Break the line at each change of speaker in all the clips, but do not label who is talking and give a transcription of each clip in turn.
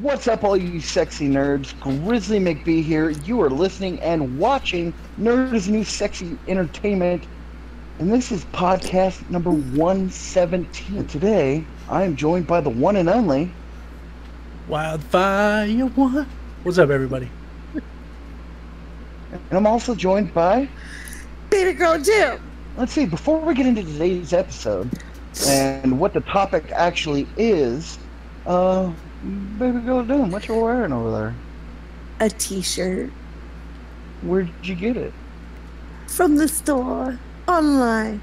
What's up, all you sexy nerds? Grizzly McBee here. You are listening and watching Nerd is New Sexy Entertainment, and this is podcast number 117. Today, I am joined by the one and only.
Wildfire One. What's up, everybody?
And I'm also joined by.
Baby girl Jim.
Let's see, before we get into today's episode and what the topic actually is, uh, baby girl Doom, what you wearing over there?
A t-shirt
Where'd you get it?
from the store online.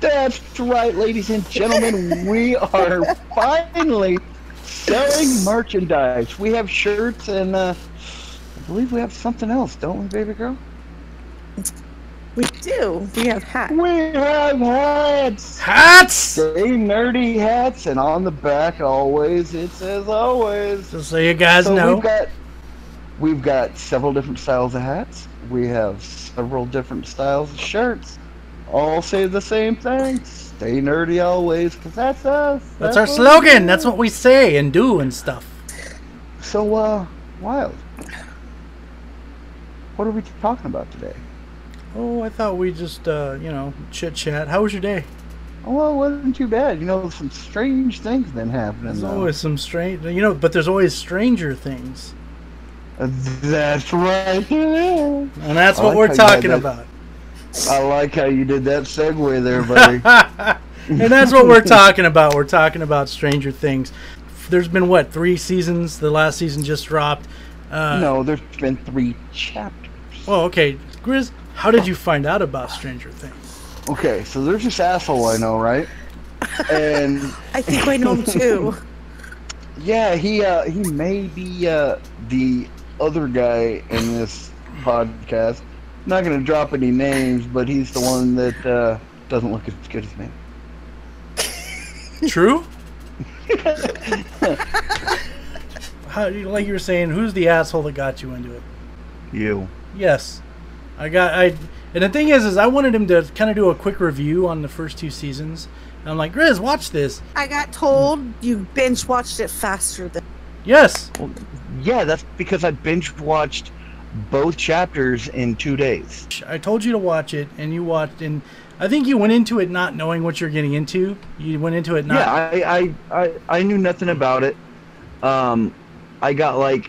That's right, ladies and gentlemen. we are finally selling merchandise. We have shirts and uh, I believe we have something else, don't we, baby girl?
We do. We have hats.
We have hats.
Hats!
Very nerdy hats, and on the back always it says always.
Just so you guys
So
know.
we've got we've got several different styles of hats. We have several different styles of shirts. All say the same thing. Stay nerdy always, because that's us.
That's our
what we
slogan.
do.
That's what we say and do and stuff.
So, uh, wild. What are we talking about today?
Oh, I thought we just, uh, you know, chit chat. How was your day?
Oh, well, it wasn't too bad. You know, some strange things been happening.
There's
though.
always some strange, you know, but there's always stranger things.
Uh, That's right.
And that's
I
what
like
we're
how you
talking
had
about.
I like how you did that segue there, buddy.
and that's what we're talking about. We're talking about Stranger Things. There's been, what, three seasons? The last season just dropped. Uh,
no, there's been three chapters.
Well, okay. Grizz, how did you find out about Stranger Things?
Okay, so there's this asshole I know, right? And
I think I know them too.
yeah, he uh, he may be uh, the other guy in this podcast. Not gonna drop any names, but he's the one that uh, doesn't look as good as me.
True. How, like you were saying, who's the asshole that got you into it?
You.
Yes, I got I. And the thing is, is I wanted him to kind of do a quick review on the first two seasons. And I'm like, Grizz, watch this.
I got told you binge watched it faster than
Yes,
Yeah, that's because I binge watched both chapters in two days.
I told you to watch it, and you watched. And I think you went into it not knowing what you're getting into. You went into it not.
Yeah, I, I, I, I knew nothing about it. Um, I got like,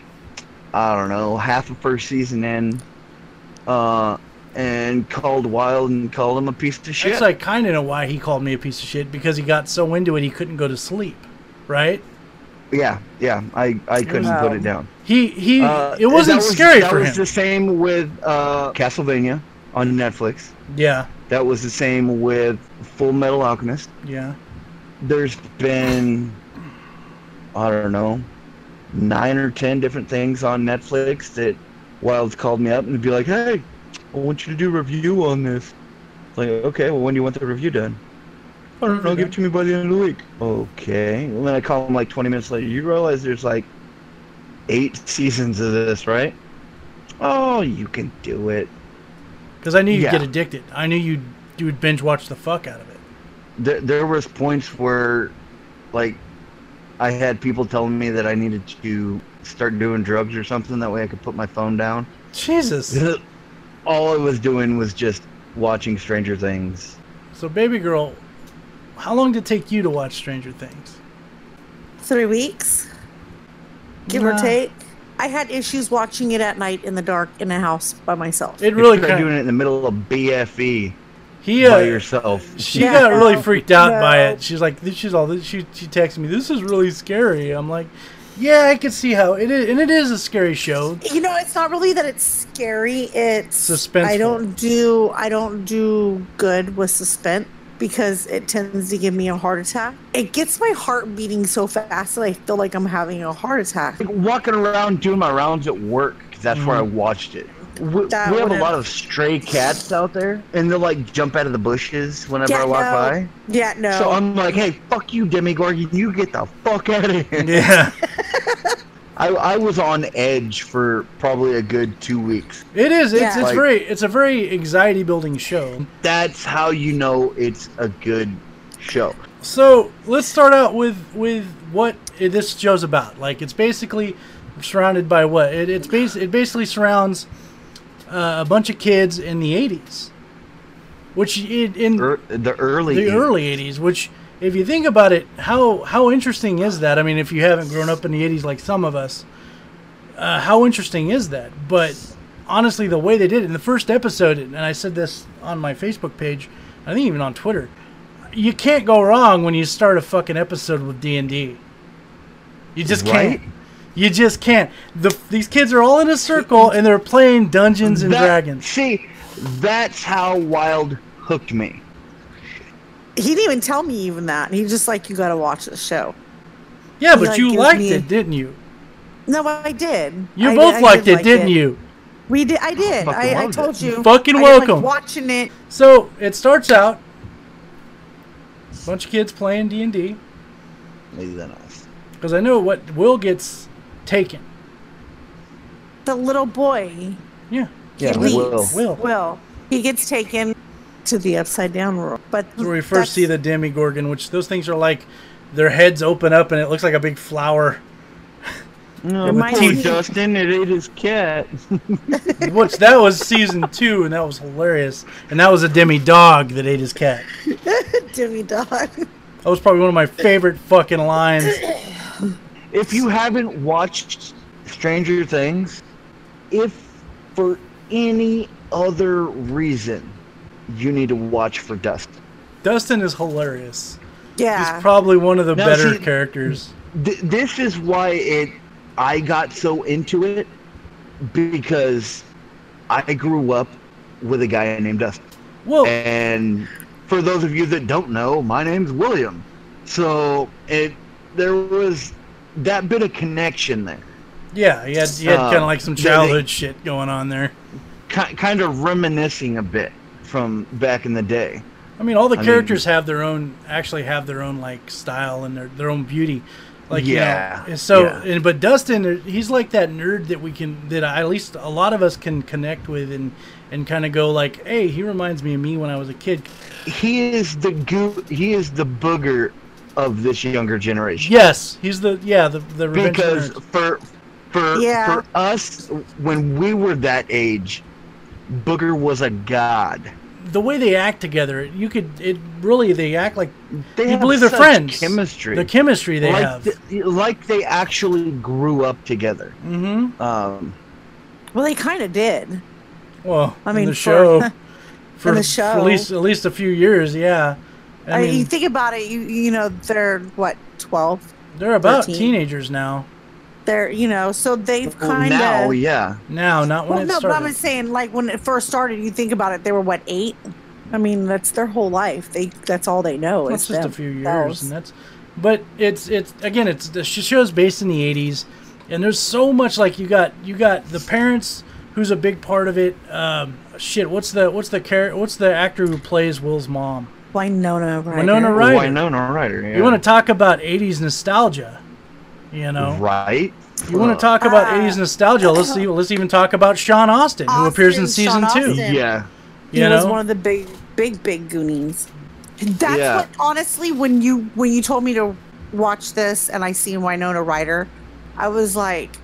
I don't know, half the first season in, uh, and called Wild and called him a piece of shit.
Actually, I kind of know why he called me a piece of shit because he got so into it he couldn't go to sleep. Right?
yeah, yeah, I, I couldn't
Wow.
put it down.
He he.
Uh,
it wasn't
that was-
scary
that
for
was
him.
the same with uh, Castlevania on Netflix.
Yeah,
That was the same with Full Metal Alchemist.
yeah.
there's been I don't know nine or ten different things on Netflix that Wilds called me up and be like, "Hey, I want you to do a review on this." It's like, okay, well, when do you want the review done? I don't know. Give it to me by the end of the week. Okay. And then I call him like 20 minutes later. You realize there's like eight seasons of this, right? Oh, you can do it.
Because I knew you'd
Yeah.
get addicted. I knew you'd you would binge watch the fuck out of it.
there, there was points where like i had people telling me that i needed to start doing drugs or something that way i could put my phone down
Jesus.
all i was doing was just watching stranger things
so, baby girl, how long did it take you to watch Stranger Things?
three weeks, give or
Nah.
take. I had issues watching it at night in the dark in a house by myself.
It really
You're doing
kind
it in the middle of bfe
he uh,
by yourself
she
No.
got really freaked out by
No.
it. She's like, this she's all this. She she texted me, this is really scary. I'm like, yeah, I could see how it is, and it is a scary show.
You know, it's not really that it's scary. It's
Suspenseful.
I don't do I don't do good with suspense because it tends to give me a heart attack. It gets my heart beating so fast that I feel like I'm having a heart attack.
Like, walking around doing my rounds at work 'cause that's where i
Mm-hmm.
watched it we,
That
we have a
would've-
lot of stray cats out there and they'll like jump out of the bushes whenever i
Yeah,
walk
no.
by
Yeah, no.
so
um,
i'm like hey fuck you demigorgon you get the fuck out of here
Yeah,
I, I was on edge for probably a good two weeks.
it is. It's
Yeah.
it's
Like-
very it's a very anxiety building show.
That's how you know it's a good show.
So let's start out with with what i- this show's about. Like it's basically surrounded by what it, it's bas- it basically surrounds uh, a bunch of kids in the '80s, which i- in
Er, the early.
the early '80s. Which, if you think about it, how how interesting is that? I mean, if you haven't grown up in the '80s like some of us, uh, how interesting is that? But honestly, the way they did it in the first episode, and I said this on my Facebook page, I think even on Twitter, you can't go wrong when you start a fucking episode with D and D. You just
Right?
can't. You just can't. The, these kids are all in a circle and they're playing Dungeons and
That-
Dragons.
See, that's how Wild hooked me.
He didn't even tell me even that. He just like you got to watch the show.
Yeah, but
like,
you
gives
liked
me-
it, didn't you?
No, I did.
You
I-
both
I
liked
did
it,
like
didn't you?
We did. I did.
Fucking
I, I
loved
told
it.
you.
Fucking
I didn't
welcome.
Like watching it.
So it starts out bunch of kids playing D and D
Maybe than us.
because I know what Will gets taken.
The little boy
Yeah,
Yeah,
leaves.
Will.
Will.
Will. He gets taken to the upside down world. But
That's where we first see the Demigorgon, which those things are like their heads open up and it looks like a big flower.
No,
Reminds
poor
me-
Dustin, it ate his cat.
Which that was season two, and that was hilarious. And that was a Demi dog that ate his cat.
Jimmy Dog.
That was probably one of my favorite fucking lines.
if you haven't watched Stranger Things, if for any other reason, you need to watch for Dustin.
Dustin is hilarious.
Yeah.
He's probably one of the
Now,
better
see-
characters.
Th- this is why it I got so into it because I grew up with a guy named Dustin.
Well,
And for those of you that don't know, my name's William. So it there was that bit of connection there.
yeah, he had, he had
uh,
kind of like some
they- they-
childhood shit going on there.
Ki kind of reminiscing a bit from back in the day.
I mean, all the
I mean-
characters have their own, actually have their own like style and their their own beauty. Like you know,
Yeah,
and so,
yeah.
and but Dustin, uh, he's like that nerd that we can that I, at least a lot of us can connect with and and kind of go like, hey, he reminds me of me when I was a kid.
He is the goo. He is the booger of this younger generation.
Yes, he's the yeah the the revenge of the
because
nerds.
for for
Yeah.
for us when we were that age, booger was a god.
the way they act together, you could it really they act like
They
you
have
believe they're
such
friends.
Chemistry.
the chemistry they
like
have.
th- like they actually grew up together.
mm-hmm.
Um,
well, they kind of did.
Well,
I
in
mean,
the
for-
show for,
the
for at
show.
least at least a few years, yeah. I,
I
mean,
you think about it. You you know they're what twelve.
They're about
13.
teenagers now.
They're you know so they've
well,
kind
now,
of.
yeah,
Now, not when
Well,
it
no, but
started.
I'm just saying, like when it first started, you think about it, they were what eight. I mean, that's their whole life. They that's all they know.
That's
is
just a few years,
themselves.
and that's. But it's it's again it's the sh- show's based in the '80s, and there's so much like you got you got the parents who's a big part of it. Um, shit, what's the what's the char- what's the actor who plays Will's mom?
Winona Ryder.
Winona Ryder.
Winona Ryder. Yeah.
You want to talk about '80s nostalgia? You know,
right?
you want to talk about
Ah.
'80s nostalgia? Let's see, let's even talk about Sean Austin, who appears in
Austin,
season
Sean
two.
Austin.
Yeah,
He
you
was
know?
one of the big, big, big Goonies. That's
Yeah.
what honestly, when you when you told me to watch this and I seen Winona Ryder, I was like,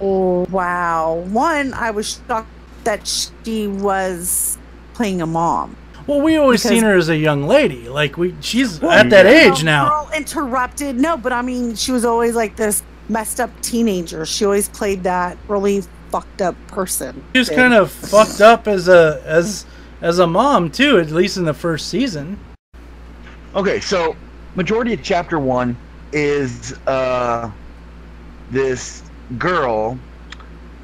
oh wow. One, I was shocked that she was playing a mom.
Well, we always
Because-
seen her as a young lady. Like we, she's
Well,
at that
you
age now.
Girl interrupted. No, but I mean, she was always like this messed up teenager. She always played that really fucked up person.
She was kind of fucked up as a as as a mom too, at least in the first season.
Okay, so majority of chapter one is uh, this girl.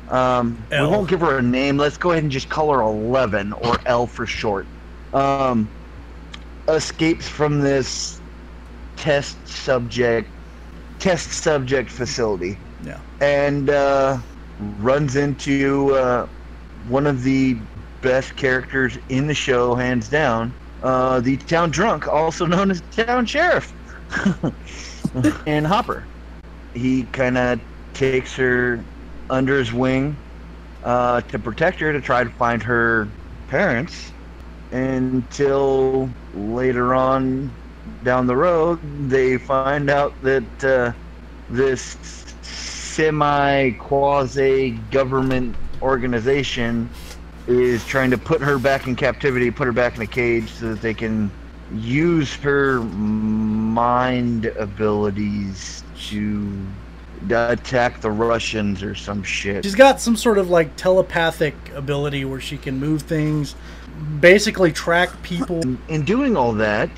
Um, we
Elle.
won't give her a name. Let's go ahead and just call her Eleven or L for short. Um, escapes from this test subject test subject facility
Yeah.
and uh, runs into uh, one of the best characters in the show, hands down. Uh, the town drunk, also known as town sheriff, and Hopper. He kind of takes her under his wing uh, to protect her to try to find her parents until later on down the road, they find out that uh, this semi quasi government organization is trying to put her back in captivity, put her back in a cage so that they can use her mind abilities to attack the Russians or some shit.
She's got some sort of like telepathic ability where she can move things, basically track people.
In doing all that,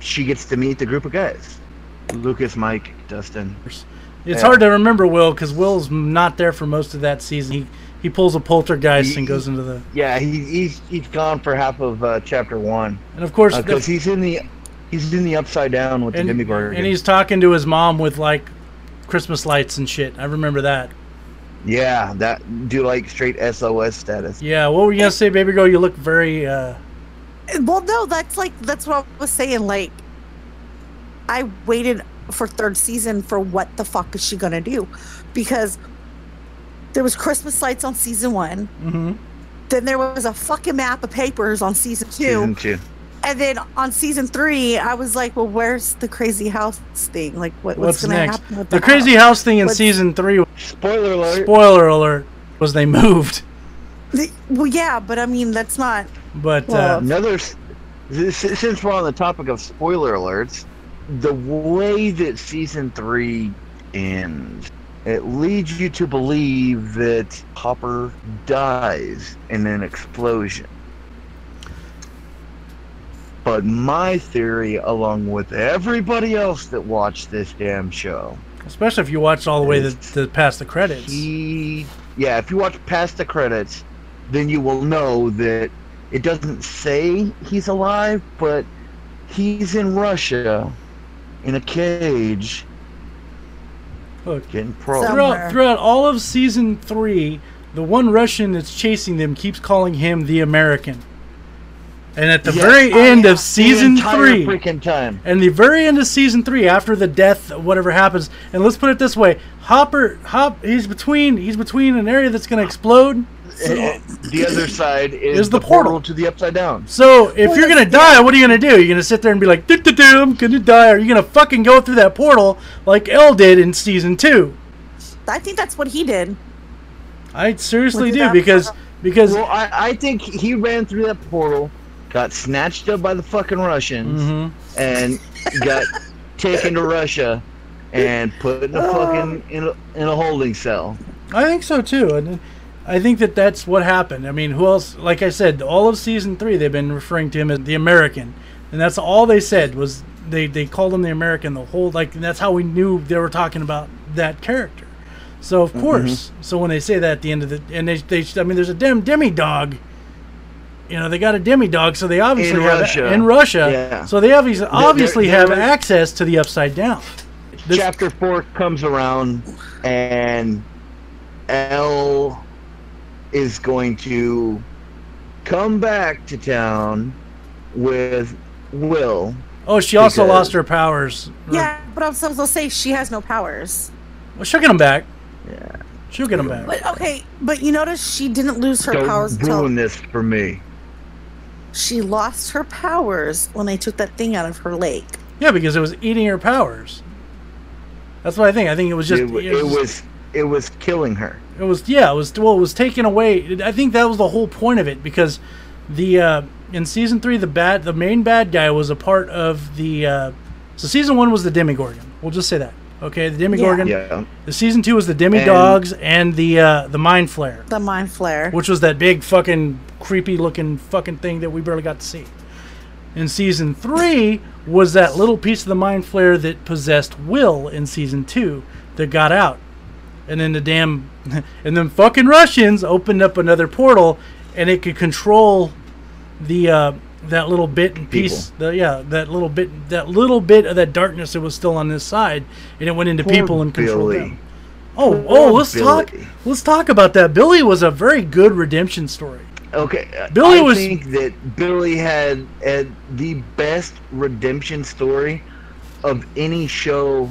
she gets to meet the group of guys Lucas, Mike, Dustin.
It's hard to remember Will because Will's not there for most of that season. He he pulls a poltergeist and goes into the
Yeah, he, he's he's gone for half of uh, chapter one
and of course the-
because he's in the he's in the upside down with
and,
the demigorgon.
and he's talking to his mom with like Christmas lights and shit. I remember that.
yeah, that do like straight SOS status.
Yeah, what were you gonna say, baby girl? You look very uh,
Well, no, that's like that's what I was saying. Like, I waited for third season for what the fuck is she gonna do? Because there was Christmas lights on season one,
mhm.
then there was a fucking map of papers on season two,
Season two.
and then on season three, I was like, well, where's the crazy house thing? Like, what,
What's
what's, gonna
next?
happen with
the crazy
house?
house thing in
What's-
season three.
Spoiler alert.
Spoiler alert: was they moved,
The- well, yeah, but I mean, that's not.
but uh,
Well,
Another, s- s- since we're on the topic of spoiler alerts, the way that season three ends, it leads you to believe that Hopper dies in an explosion. But my theory, along with everybody else that watched this damn show,
uh, especially if you watched all the way to, to past the credits.
he, yeah, if you watch past the credits, then you will know that it doesn't say he's alive, but he's in Russia in a cage
Look,
getting pro.
So-
throughout
Somewhere.
throughout all of season three, the one Russian that's chasing them keeps calling him the American. And at the
Yes.
very
Oh,
end
yeah.
of season
the entire
three,
freaking time.
and the very end of season three, after the death, whatever happens, and let's put it this way: Hopper, Hop, he's between, he's between an area that's going to explode.
Eh, the other side is,
Is the
the, portal.
portal.
to the upside down.
So if
Well,
you're gonna
that's-
die, what are you gonna do? You're gonna sit there and be like, "Doo doo doo, I'm gonna die." Or you're gonna fucking go through that portal like L did in season two.
I think that's what he did.
I seriously
Was it
do
that
because
portal?
because
Well, I, I think he ran through that portal, got snatched up by the fucking Russians,
Mhm.
and got taken to Russia and put in a fucking in a, in a holding cell.
I think so too, and I think that that's what happened. I mean, who else? Like I said, all of season three, they've been referring to him as the American, and that's all they said was they they called him the American the whole like and that's how we knew they were talking about that character. So of course, so when they say that at the end of the and they they I mean, there's a damn demi dog. You know, they got a demi dog, so they obviously have-
Russia.
in Russia.
Yeah.
So they obviously obviously
they're-
have
they're-
access to the upside down. This-
chapter four comes around and L is going to come back to town with Will.
Oh, she also
Because-
lost her powers. or-
Yeah, but I'm supposed to say she has no powers.
Well, she'll get him back.
Yeah.
She'll get him back.
But okay, but you notice she didn't lose her
Don't
powers until
ruin this for me.
She lost her powers when they took that thing out of her lake.
Yeah, because it was eating her powers. That's what I think. I think it was just
it, w- it was it was killing her.
it was yeah it was well it was taken away. I think that was the whole point of it because the uh, in season three the bad the main bad guy was a part of the uh, so season one was the Demigorgon. We'll just say that okay the Demigorgon.
Yeah.
The season two was the Demi Dogs and the uh, the Mind Flare,
The mind flare.
which was that big fucking creepy looking fucking thing that we barely got to see. in season three was that little piece of the mind flare that possessed Will in season two that got out. And then the damn, and then fucking Russians opened up another portal, and it could control the uh, that little bit and piece. The, yeah, that little bit, that little bit of that darkness that was still on this side, and it went into
Poor
people and controlled
Billy.
them. Oh, oh, let's talk.
Billy.
Let's talk about that. Billy was a very good redemption story.
Okay. uh,
Billy
I
was-
think that Billy had had the best redemption story of any show,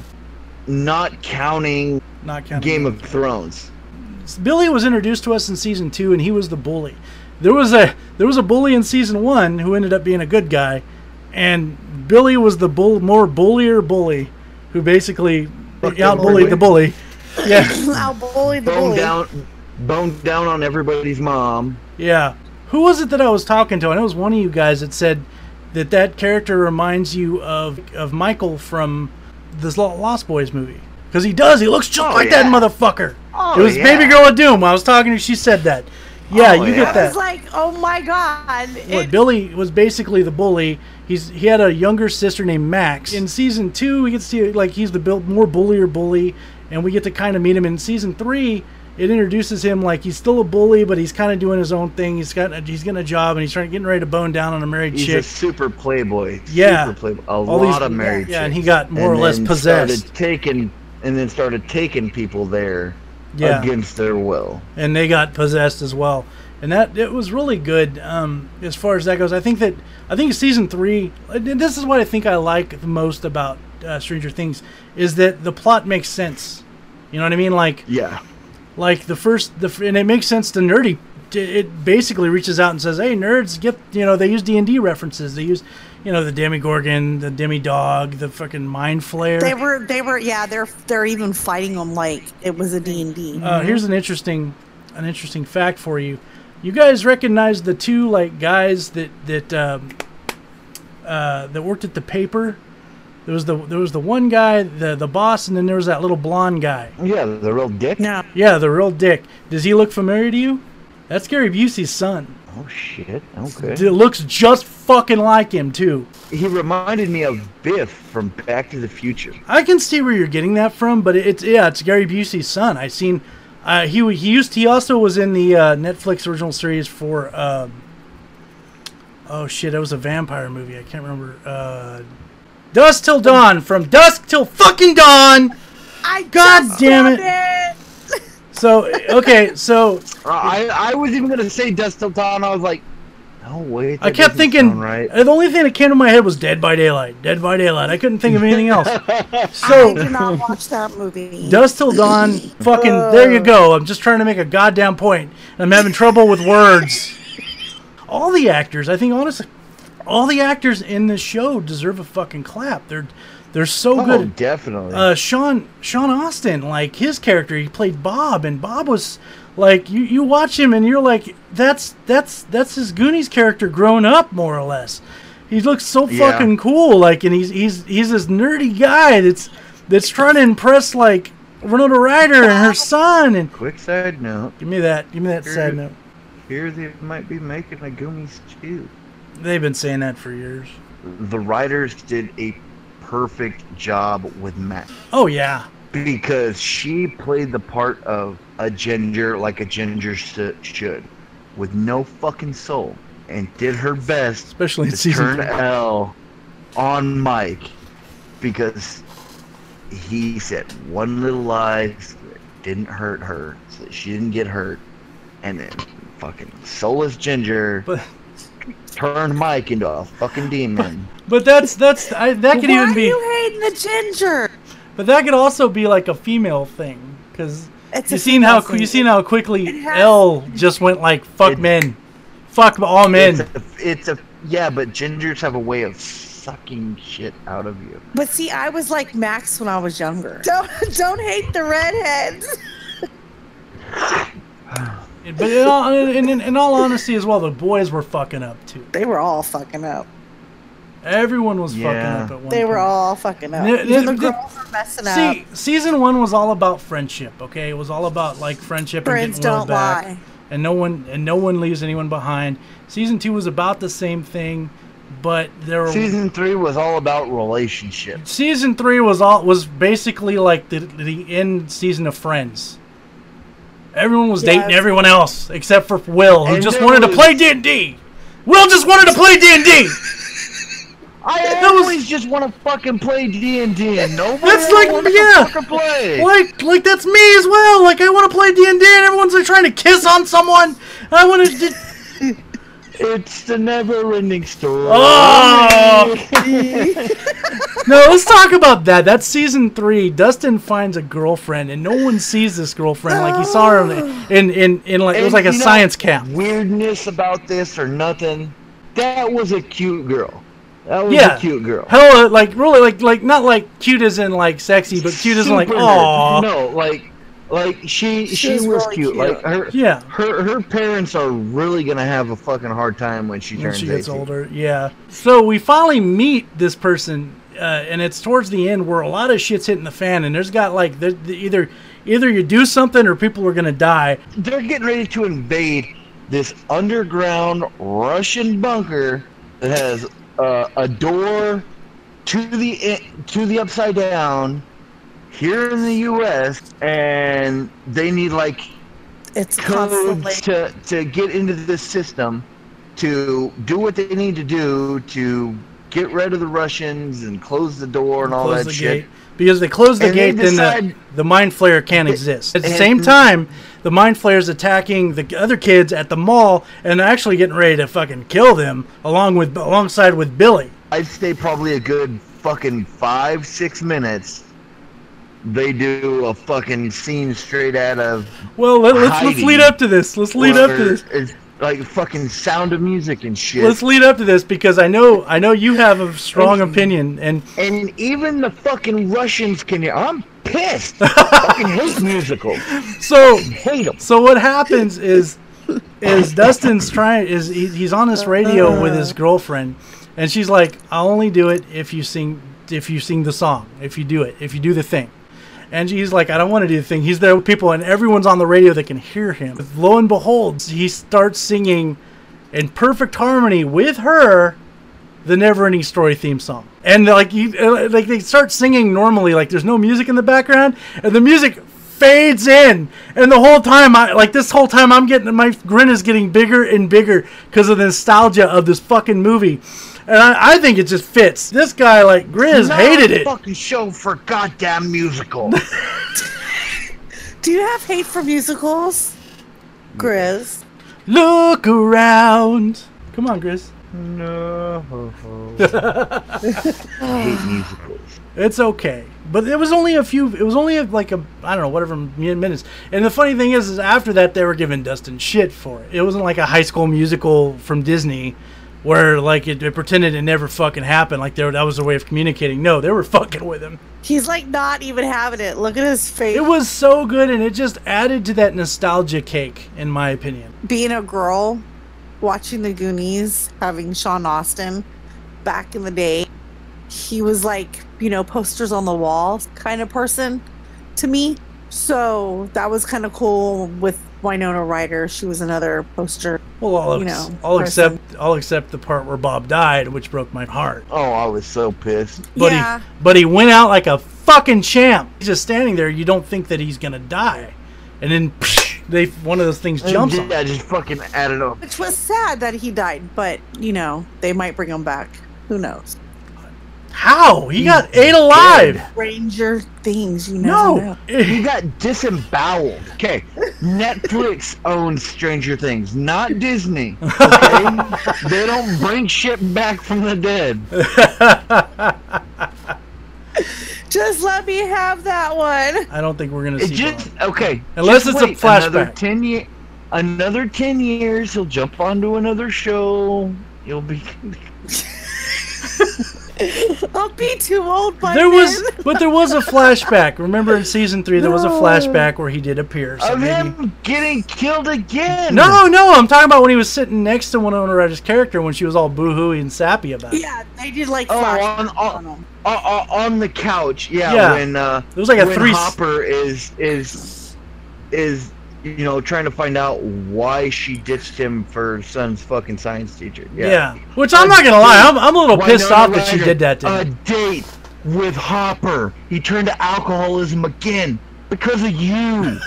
not counting
Not counting
Game of Thrones.
Billy was introduced to us in season two, and he was the bully. There was a there was a bully in season one who ended up being a good guy, and Billy was the bull, more bullier bully, who basically
Fucking
out bullied the bully. Yeah,
I'll bully the
Bone
bully.
down, bone down on everybody's mom.
yeah. Who was it that I was talking to? And it was one of you guys that said that that character reminds you of of Michael from the Lo- Lost Boys movie because he does. He looks just
Oh,
like that
yeah.
motherfucker.
Oh,
it was
yeah.
Baby Girl of Doom. I was talking to. She said that. Yeah,
Oh,
you
yeah.
get
I
that.
was like, oh my god.
what
It-
Billy was basically the bully. He's he had a younger sister named Max. In season two, we get to see like he's the bu- more bullier bully, and we get to kind of meet him. In season three, it introduces him like he's still a bully, but he's kind of doing his own thing. He's got a, he's getting a job, and he's trying getting ready to bone down on a married
He's a
chick.
super playboy.
Yeah.
super playboy. A
All
lot
these-
of married.
yeah, and he
chicks.
got more or
And
less
then
possessed.
Started taking and then started taking people there
Yeah.
against their will.
and they got possessed as well. And that it was really good um, as far as that goes. I think that I think season three. And this is what I think I like the most about uh, Stranger Things is that the plot makes sense. You know what I mean? Like
Yeah,
like the first the f- and it makes sense to nerdy. It basically reaches out and says, "Hey, nerds, get you know they use D and D references. They use you know the Demigorgon, the Demi Dog, the fucking Mind Flare.
They were, they were, yeah. They're, they're even fighting them like it was a D and D.
Uh, here's an interesting, an interesting fact for you. You guys recognize the two like guys that that um, uh, that worked at the paper. There was the there was the one guy, the the boss, and then there was that little blonde guy.
yeah, the real dick.
No,
Yeah, the real dick. Does he look familiar to you? That's Gary Busey's son.
Oh shit. Okay.
It looks just fucking like him too.
He reminded me of Biff from Back to the Future.
I can see where you're getting that from, but it's yeah, it's Gary Busey's son. I seen uh, he w- he used he also was in the uh, Netflix original series for um, oh shit, that was a vampire movie. I can't remember. Uh, Dusk till dawn, from dusk till fucking dawn.
I
God
just
damn
found
it. So okay, so
Uh, I I was even gonna say Dust Till Dawn. I was like, no wait.
I
that
kept
doesn't
thinking.
sound right.
The only thing that came to my head was Dead by Daylight. Dead by Daylight. I couldn't think of anything else. So
I did not watch that movie.
Dust till dawn. Fucking there you go. I'm just trying to make a goddamn point. And I'm having trouble with words. All the actors, I think honestly, all the actors in this show deserve a fucking clap. They're they're so
Oh,
good.
definitely.
Uh, Sean Sean Austin, like his character, he played Bob, and Bob was like you you watch him and you're like that's that's that's his Goonies character grown up more or less. He looks so
Yeah.
fucking cool, like, and he's he's he's this nerdy guy that's that's trying to impress like Renata Ryder and her son. And
Quick side note:
give me that, give me that side note.
Here they might be making a Goonies too.
They've been saying that for years.
The writers did a perfect job with Matt
Oh yeah,
because she played the part of a ginger like a ginger sh- should, with no fucking soul, and did her best
especially in
to
season.
turn
three.
L on Mike because he said one little lie so it didn't hurt her, so that she didn't get hurt, and then fucking soulless Ginger
But
turned Mike into a fucking demon.
but that's that's I, that could
Why
even
are
be.
you hating the ginger?
But that could also be like a female thing, because
It's
you
a
seen how
female thing.
you seen how quickly
It has-
L just went like fuck
It-
men, fuck all
It's
men.
a, it's a yeah, but gingers have a way of sucking shit out of you.
But see, I was like Max when I was younger. Don't don't hate the redheads.
But in all, in, in, in all honesty, as well, the boys were fucking up too.
They were all fucking up.
Everyone was
Yeah.
fucking up at one.
They were
point.
all fucking up.
Th-
Even the
th- th-
girls were messing
See,
up.
season one was all about friendship. Okay, it was all about like friendship
Friends
and getting one
don't
back.
lie.
and no one and no one leaves anyone behind. Season two was about the same thing, but there were
Season three was all about relationships.
season three was all was basically like the the end season of Friends. Everyone was dating
Yes.
everyone else except for Will, who
And
just
there
wanted to
was-
play D and D. Will just wanted to play D and D.
I
That was-
always just want to fucking play D and D, and nobody
That's like-
wants
yeah.
to fucking play.
Like, like that's me as well. Like, I want to play D and D, and everyone's like trying to kiss on someone. And I want to.
It's the never-ending story.
Oh! no, let's talk about that. That's season three. Dustin finds a girlfriend, and no one sees this girlfriend. Like he saw her in in in, in like it
And
was like a
you know-
science camp.
Weirdness about this or nothing. That was a cute girl. That was
Yeah.
a cute girl.
Hella, like really, like like not like cute as in like sexy, but cute as in like
Super-
oh
No, like like she
She
she
was
was,
really
cute.
cute.
Like her
yeah.
her her parents are really gonna have a fucking hard time when she
When
turns
she gets
18.
older, yeah. So we finally meet this person, uh, and it's towards the end where a lot of shit's hitting the fan, and there's got like there, the, either either you do something or people are gonna die.
They're getting ready to invade this underground Russian bunker that has uh, a door to the in- to the upside down here in the U.S. and they need like
It's constantly.
codes to, to get into this system to do what they need to do to get rid of the Russians and close the door and all
Close
that
the
shit.
gate because they close the
And they
gate, then
decide-
the, the mind flayer can't exist. At the
and-
same time, the mind flayer's attacking the other kids at the mall and actually getting ready to fucking kill them along with alongside with Billy.
I'd say probably a good fucking five, six minutes. They do a fucking scene straight out of
Well, let, let's let's
Hiding.
lead up to this. Let's lead up to
where
this.
It's like fucking sound of music and shit.
Let's lead up to this because I know I know you have a strong opinion and
and even the fucking Russians can hear. I'm pissed. I fucking hate musicals.
so
Hate them.
so what happens is is Dustin's trying is he, he's on this radio with his girlfriend and she's like I'll only do it if you sing if you sing the song if you do it if you do the thing and he's like I don't want to do the thing he's there with people and everyone's on the radio that can hear him lo and behold he starts singing in perfect harmony with her the never-ending story theme song and like you uh, like they start singing normally like there's no music in the background and the music fades in and the whole time i like this whole time i'm getting my grin is getting bigger and bigger because of the nostalgia of this fucking movie and I, I think it just fits this guy like grizz hated it
Fucking show for goddamn musical.
Do you have hate for musicals,
Mm.
Grizz?
look around come on grizz
No. I hate musicals.
It's okay. But it was only a few. It was only a, like a I don't know whatever min- minutes. And the funny thing is, is after that they were giving Dustin shit for it. It wasn't like a High School Musical from Disney, where like it, it pretended it never fucking happened. Like there that was a way of communicating. No, they were fucking with him.
He's like not even having it. Look at his face.
It was so good, and it just added to that nostalgia cake, in my opinion.
Being a girl, watching the Goonies, having Sean Austin back in the day, he was like, you know, posters on the wall kind of person to me. So that was kind of cool with Winona Ryder. She was another poster.
Well, all
You
ex-
know,
all
person.
except all except the part where Bob died, which broke my heart.
Oh, I was so pissed.
But
Yeah.
he but he went out like a fucking champ. He's just standing there. You don't think that he's gonna die, and then psh, they one of those things jumps on. him.
I just fucking added up.
Which was sad that he died, but, you know, they might bring him back. Who knows?
How he got ate alive?
Ranger things, you never know.
No,
You got disemboweled. Okay, Netflix owns Stranger Things, not Disney. Okay, they don't bring shit back from the dead.
Just let me have that one.
I don't think we're gonna
It
see.
just
Bob.
okay.
Unless
just
it's a
wait Another
flashback.
ten year, another ten years, he'll jump onto another show. You'll be
I'll be too old by
There
then.
was, but there was a flashback. Remember in season three, there was a
No.
flashback where he did appear. So
of
maybe,
him getting killed again.
no, no, I'm talking about when he was sitting next to Winona Ryder's character when she was all boohooey and sappy about it.
Yeah, they did like
Oh,
flash
on, on,
on them.
on, Uh, on the couch. Yeah,
Yeah.
when uh,
It was like a
when
three-
Hopper is is is you know trying to find out why she ditched him for her son's fucking science teacher.
Yeah.
Yeah,
Which I'm not gonna lie, I'm, I'm a little
Why
pissed
Winona
off that she
Ryder,
did that to him.
A date with Hopper. He turned to alcoholism again because of you.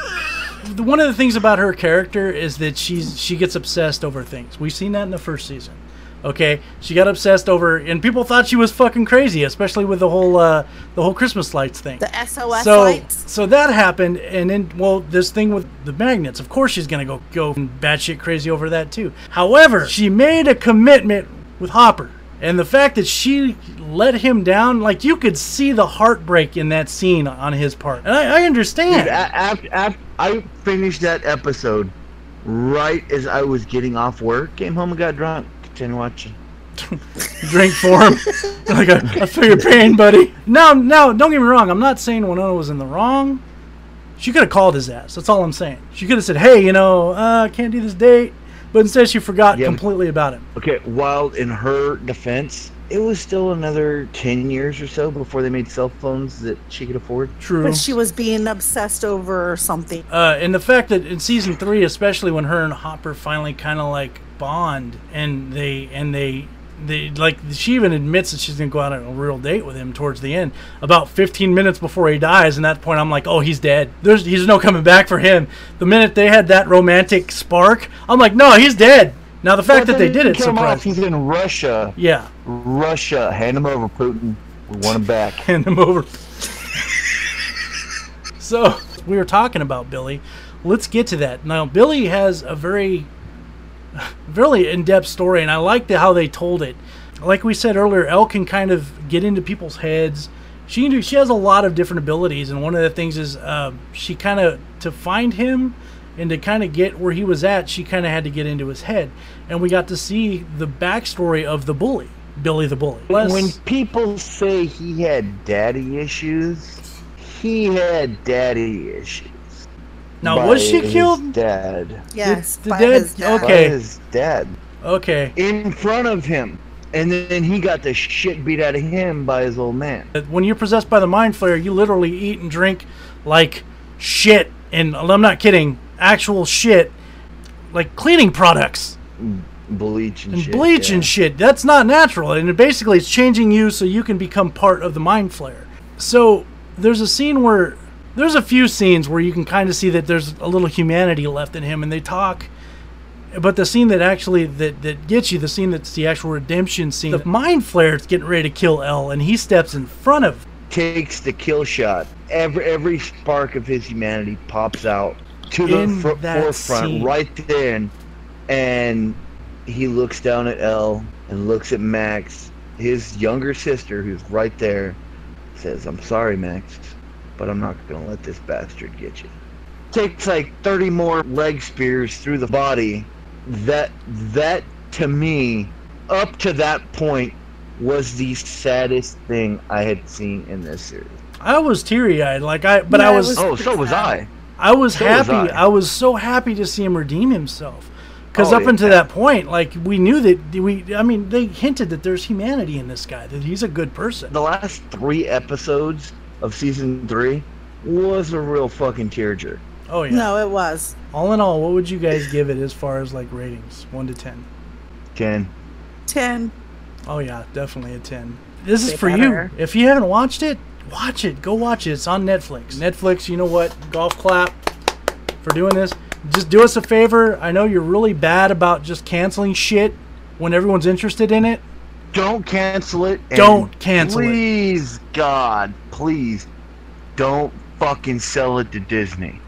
the- one of the things about her character is that she's she gets obsessed over things. We've seen that in the first season. Okay, she got obsessed over, and people thought she was fucking crazy, especially with the whole uh, the whole Christmas lights thing.
The SOS
so
lights.
so that happened, and then well, this thing with the magnets. Of course, she's gonna go go batshit crazy over that too. However, she made a commitment with Hopper, and the fact that she let him down, like you could see the heartbreak in that scene on his part, and I, I understand.
Dude, after, I finished that episode right as I was getting off work, came home and got drunk, continued watching.
drink for him. like, I, I feel your pain, buddy. No, no, don't get me wrong. I'm not saying Winona was in the wrong. She could have called his ass. That's all I'm saying. She could have said, hey, you know, uh, I can't do this date. But instead, she forgot
Yeah.
completely about him.
Okay, while in her defense, it was still another 10 years or so before they made cell phones that she could afford.
True.
But she was being obsessed over something.
uh, and the fact that in season three, especially when her and Hopper finally kind of like bond, and they and they they like she even admits that she's gonna go out on a real date with him towards the end, about 15 minutes before he dies. And at that point, I'm like, oh, he's dead. There's he's no coming back for him. The minute they had that romantic spark, I'm like, no, he's dead. Now the fact that they did it
Kill him off.
surprised.
He's in Russia.
Yeah,
Russia. Hand him over, Putin. We want him back.
hand him over. so we were talking about Billy. Let's get to that now. Billy has a very, very in-depth story, and I like the, how they told it. Like we said earlier, Elle can kind of get into people's heads. She can do. She has a lot of different abilities, and one of the things is um, she kind of to find him and to kind of get where he was at. She kind of had to get into his head, and we got to see the backstory of the bully, Billy the bully.
When
Less-
people say he had daddy issues, he had daddy issues.
now
by
was she
his
killed?
Dad.
Yes,
the
by
dead-
his dad.
By
Okay.
his dad.
Okay.
In front of him. And then he got the shit beat out of him by his old man.
When you're possessed by the mind flayer, you literally eat and drink like shit. And I'm not kidding. Actual shit. Like cleaning products
Bleach and,
and
shit.
bleach
yeah.
and shit. That's not natural. And it basically, it's changing you so you can become part of the mind flayer. So there's a scene where there's a few scenes where you can kind of see that there's a little humanity left in him, and they talk. But the scene that actually that that gets you, the scene that's the actual redemption scene, the mind flayer's getting ready to kill L, and he steps in front of
takes the kill shot. Every every spark of his humanity pops out to the
In
fro-
that
forefront
scene.
right then, and he looks down at L and looks at Max, his younger sister, who's right there. Says, "I'm sorry, Max, but I'm not gonna let this bastard get you." Takes like 30 more leg spears through the body. That that to me, up to that point, was the saddest thing I had seen in this series.
I was teary eyed, like I, but I
Yeah, it
was,
was-
Oh, so was I.
I was
so was
happy. I.
I.
was so happy to see him redeem himself, because
Oh,
up until
yeah.
that point, like we knew that we, I mean, they hinted that there's humanity in this guy, that he's a good person.
The last three episodes of season three was a real fucking tearjerker.
Oh yeah.
No, it was.
All in all, what would you guys give it as far as like ratings, one to ten?
Ken,
10.
Oh yeah, definitely a ten. This is
They
for
better.
you. If you haven't watched it, watch it. Go watch it. It's on Netflix. Netflix, you know what? Golf clap for doing this. Just do us a favor. I know you're really bad about just canceling shit when everyone's interested in it.
don't cancel it. and
Don't cancel it.
please, God, please, don't fucking sell it to Disney.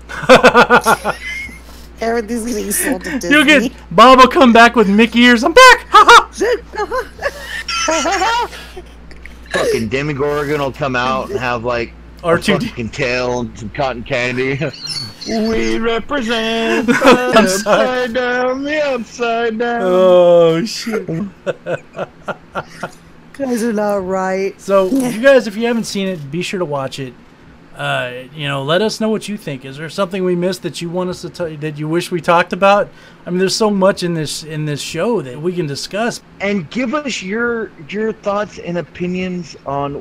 Everything's getting sold to Disney.
You'll get Bob will come back with Mickey ears. I'm back. Ha ha.
Fucking Demigorgon will come out and have like a
R2D.
fucking tail and some cotton candy. we represent the
I'm sorry.
upside down, the upside down.
Oh shit.
You guys are not right.
So, you guys, if you haven't seen it, be sure to watch it. Uh, you know, let us know what you think. Is there something we missed that you want us to tell you that you wish we talked about? I mean, there's so much in this in this show that we can discuss.
and give us your your thoughts and opinions on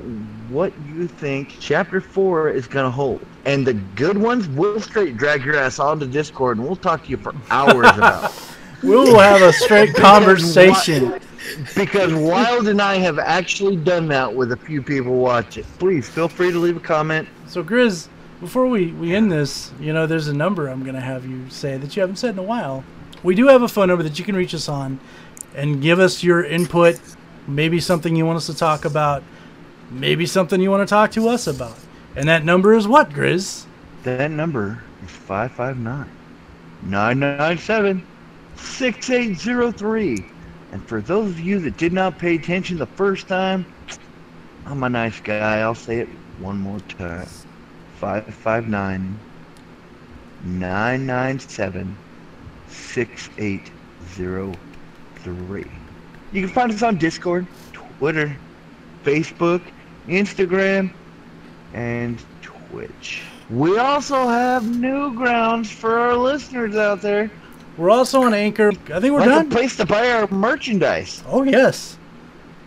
what you think chapter four is gonna hold and the good ones we'll straight drag your ass onto discord and we'll talk to you for hours about it.
We will have a straight conversation.
because wild and i have actually done that with a few people watching please feel free to leave a comment
So, Grizz, before we we end this, you know, there's a number I'm gonna have you say that you haven't said in a while. We do have a phone number that you can reach us on, and give us your input. Maybe something you want us to talk about. Maybe something you want to talk to us about. And that number is what, Grizz?
that number is 559 997 6803 and for those of you that did not pay attention the first time i'm a nice guy i'll say it one more time 559 997 6803 You can find us on Discord, Twitter, Facebook, Instagram, and Twitch. We also have new grounds for our listeners out there.
We're also on Anchor. I think we're
like
done.
a place to buy our merchandise.
Oh yes,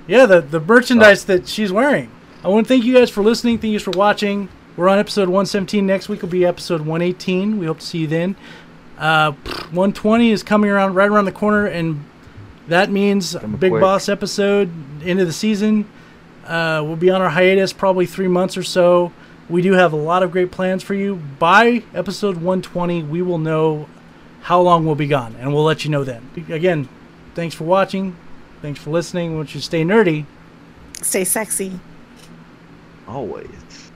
yeah. The the merchandise that she's wearing. I want to thank you guys for listening. Thank you for watching. We're on episode 117. Next week will be episode 118. We hope to see you then. Uh, 120 is coming around right around the corner, and that means
Coming
Big
quick.
Boss episode end of the season. Uh, we'll be on our hiatus probably three months or so. We do have a lot of great plans for you. By episode 120, we will know how long we'll be gone, and we'll let you know then. Again, thanks for watching. Thanks for listening. We want you to stay nerdy.
Stay sexy.
Always.